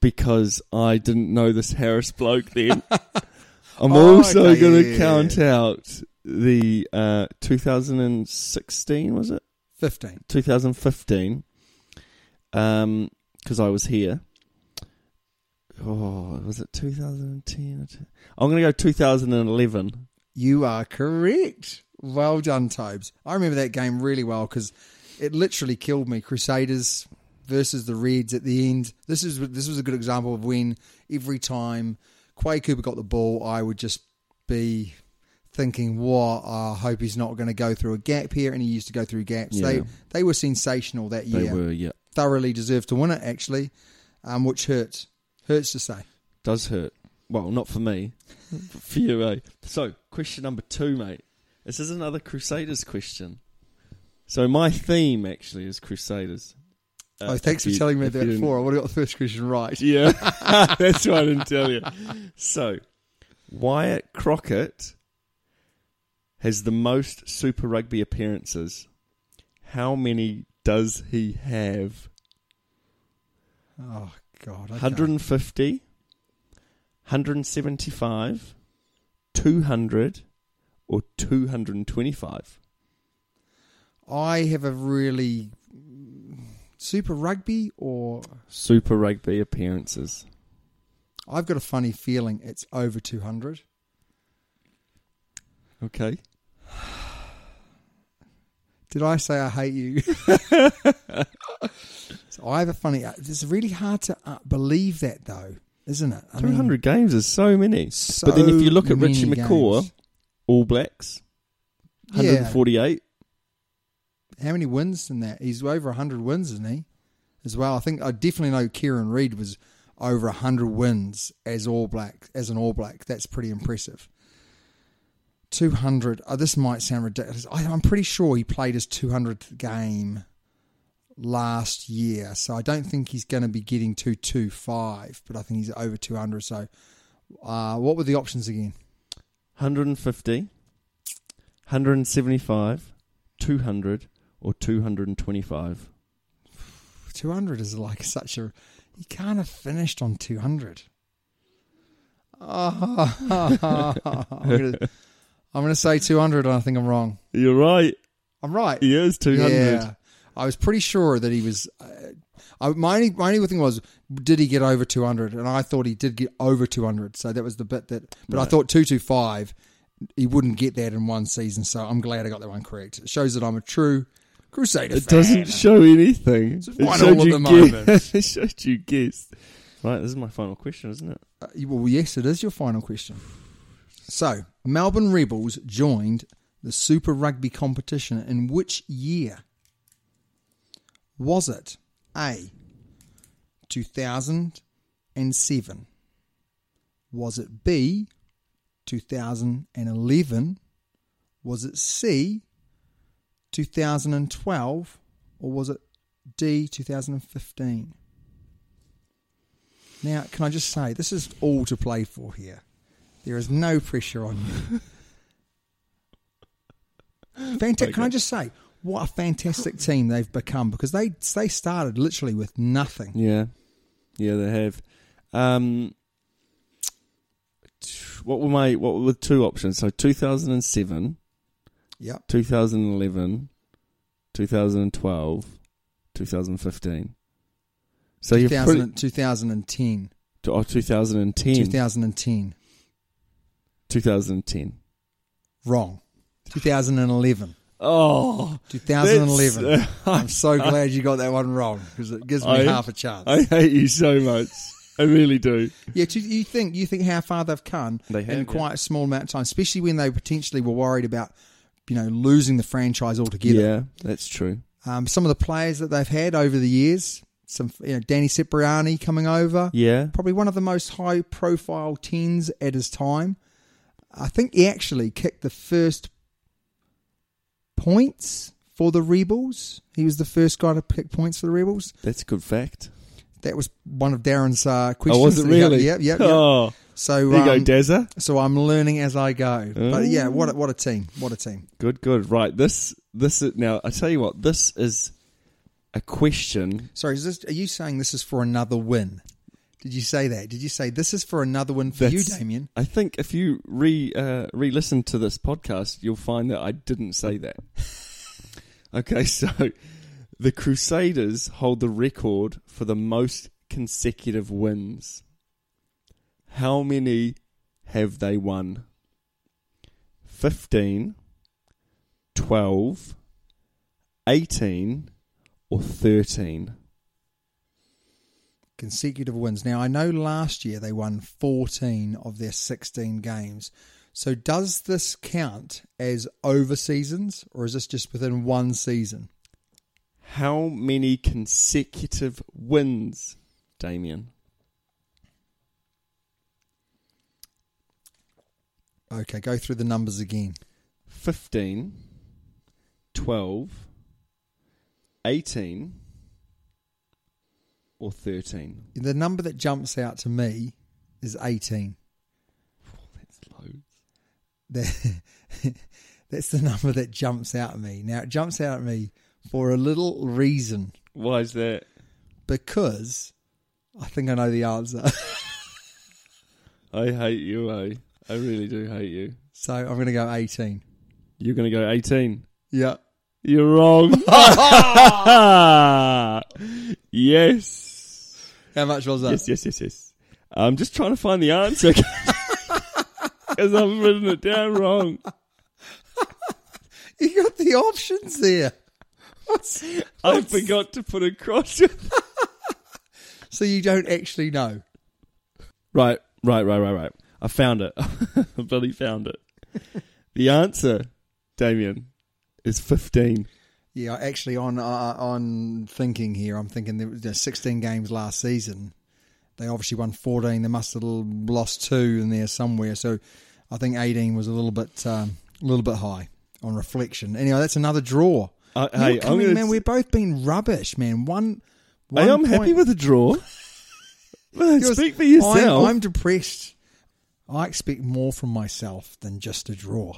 because I didn't know this Harris bloke then. I'm Oh, also okay, going to yeah, yeah, count out the uh, 2016 was it 15. 2015 um because I was here. Oh, was it 2010? I'm going to go 2011. You are correct. Well done, Tobes. I remember that game really well because it literally killed me. Crusaders versus the Reds at the end. This is this was a good example of when every time Quay Cooper got the ball, I would just be thinking, "What? I hope he's not going to go through a gap here." And he used to go through gaps. They Yeah. they were sensational that They year. were, yeah. Thoroughly deserved to win it, actually, um, which hurts. Hurts to say. does hurt. Well, not for me, but for you, eh? So, question number two, mate. This is another Crusaders question. So, my theme actually is Crusaders. Uh, oh, thanks if for you- telling me if you that didn't- before. I would have got the first question right. Yeah, that's what I didn't tell you. So, Wyatt Crockett has the most Super Rugby appearances. How many does he have? Oh God, okay. 150, 175, 200, or 225? I have a really Super Rugby, or Super Rugby appearances. I've got a funny feeling it's over two hundred. Okay. Did I say I hate you? so I have a funny. It's really hard to uh, believe that, though, isn't it? I mean, 200 games is so many. but then if you so look at Richie many McCaw, games. All Blacks, Yeah. 148. how many wins in that? He's over 100 wins, isn't he? As well, I think I definitely know Kieran Reid was over 100 wins as All Black, as an All Black. That's pretty impressive. 200. Oh, this might sound ridiculous. I, I'm pretty sure he played his 200th game last year, so I don't think he's going to be getting 225, but I think he's over 200. So, uh, what were the options again? 150, 175, 200, or 225. 200 is like such a. You can't have finished on 200. Ah. I'm going to I'm gonna say 200 and I think I'm wrong. You're right. I'm right. He is 200. Yeah. I was pretty sure that he was. Uh, I, my, only, my only thing was, did he get over 200? And I thought he did get over 200. So that was the bit that. But I thought 225, he wouldn't get that in one season. So I'm glad I got that one correct. It shows that I'm a true Crusader It fan. doesn't show anything. Just It one showed all at you the guess- moment. it showed you guess. Right, this is my final question, isn't it? Uh, Well, yes, it is your final question. So, Melbourne Rebels joined the Super Rugby competition in which year? Was it A, 2007? Was it B, 2011? Was it C, 2012? Or was it D, 2015? Now, can I just say, this is all to play for here. There is no pressure on you. Fantastic. Can I just say, what a fantastic team they've become because they they started literally with nothing. Yeah. Yeah, they have. Um, t- what were my what were the two options? So 2007, Yep. 2011, 2012, 2015. So you're oh, 2000, pretty, 2010. or 2010, 2010. 2010. Wrong. 2011. Oh, 2011. that's- I'm so glad you got that one wrong because it gives me I- half a chance. I hate you so much. I really do. Yeah, to, you think you think how far they've come They have, in yeah. quite a small amount of time, especially when they potentially were worried about you know losing the franchise altogether. yeah, that's true. Um, some of the players that they've had over the years, some you know Danny Cipriani coming over, Yeah. probably one of the most high profile tens at his time. I think he actually kicked the first points for the Rebels. He was the first guy to pick points for the Rebels. That's a good fact. That was one of Darren's uh, questions. Oh, was it that he got- really? Yep, yep. yep. Oh, So there you go, Oh. um, Dazza. so I'm learning as I go. But yeah, what a, what a team! What a team! Good, good. Right. This, this is now. I tell you what. This is a question. Sorry, is this, are you saying this is for another win? Did you say that? Did you say this is for another win for you, that's- Damien? I think if you re uh, re listen to this podcast, you'll find that I didn't say that. okay, so the Crusaders hold the record for the most consecutive wins. How many have they won? 15, 12, 18, or 13? Consecutive wins. Now I know last year they won 14 of their 16 games. So does this count as over seasons, or is this just within one season? How many consecutive wins, Damien? Okay, go through the numbers again. 15, 12, 18, or 13. The number that jumps out to me is 18. That's that that's the number that jumps out at me. Now it jumps out at me for a little reason Why is that? because I think I know the answer. I hate you, eh? I really do hate you. so I'm going to go 18. You're going to go 18. Yeah. You're wrong. yes. How much was that? Yes, yes, yes, yes. I'm just trying to find the answer because I've written it down wrong. You got the options there. What's- I forgot to put a cross. so you don't actually know. right, right, right, right, right. I found it. I bloody found it. The answer, Damien, is 15. Yeah, actually, on uh, on thinking here, I'm thinking there was you know, 16 games last season. They obviously won 14. They must have lost two in there somewhere. So I think 18 was a little bit um, a little bit high on reflection. Anyway, that's another draw. I, Uh, Man, hey, we're I'm coming- gonna, man, we've both been rubbish, man. One, Hey, one I'm happy point- with the draw. Man, Yours- speak for yourself. I'm, I'm depressed. I expect more from myself than just a draw.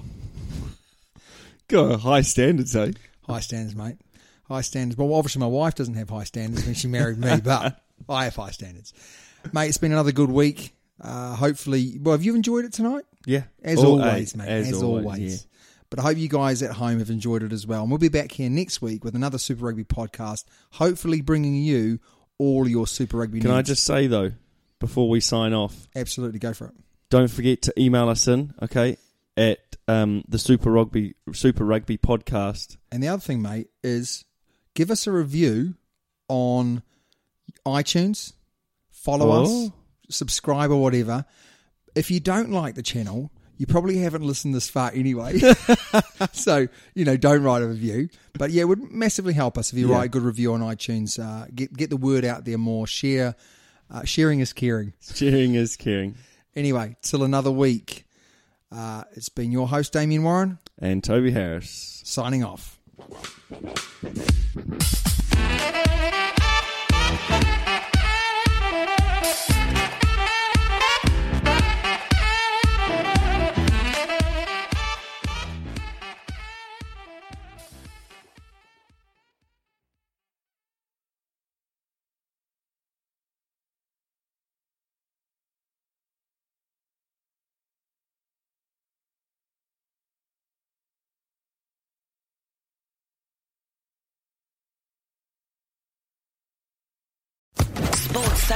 Got high standards, eh? High standards, mate. High standards. Well, obviously, my wife doesn't have high standards when she married me, but I have high standards. Mate, it's been another good week. Uh, hopefully, well, have you enjoyed it tonight? Yeah. As All always, eight, mate. As, as always. always, yeah. But I hope you guys at home have enjoyed it as well. And we'll be back here next week with another Super Rugby podcast, hopefully bringing you all your Super Rugby Can I news. just say though, before we sign off, Absolutely, go for it. don't forget to email us in, okay, at um, the Super Rugby Super Rugby Podcast. And the other thing, mate, is give us a review on iTunes, follow us, Oh. subscribe or whatever. If you don't like the channel, you probably haven't listened this far anyway. so, you know, don't write a review. But yeah, it would massively help us if you Yeah. write a good review on iTunes. Uh, get get the word out there more. Share. Uh, sharing is caring. Sharing is caring. Anyway, till another week. Uh, it's been your host, Damien Warren, And Toby Harris. signing off. Sports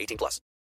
18 plus.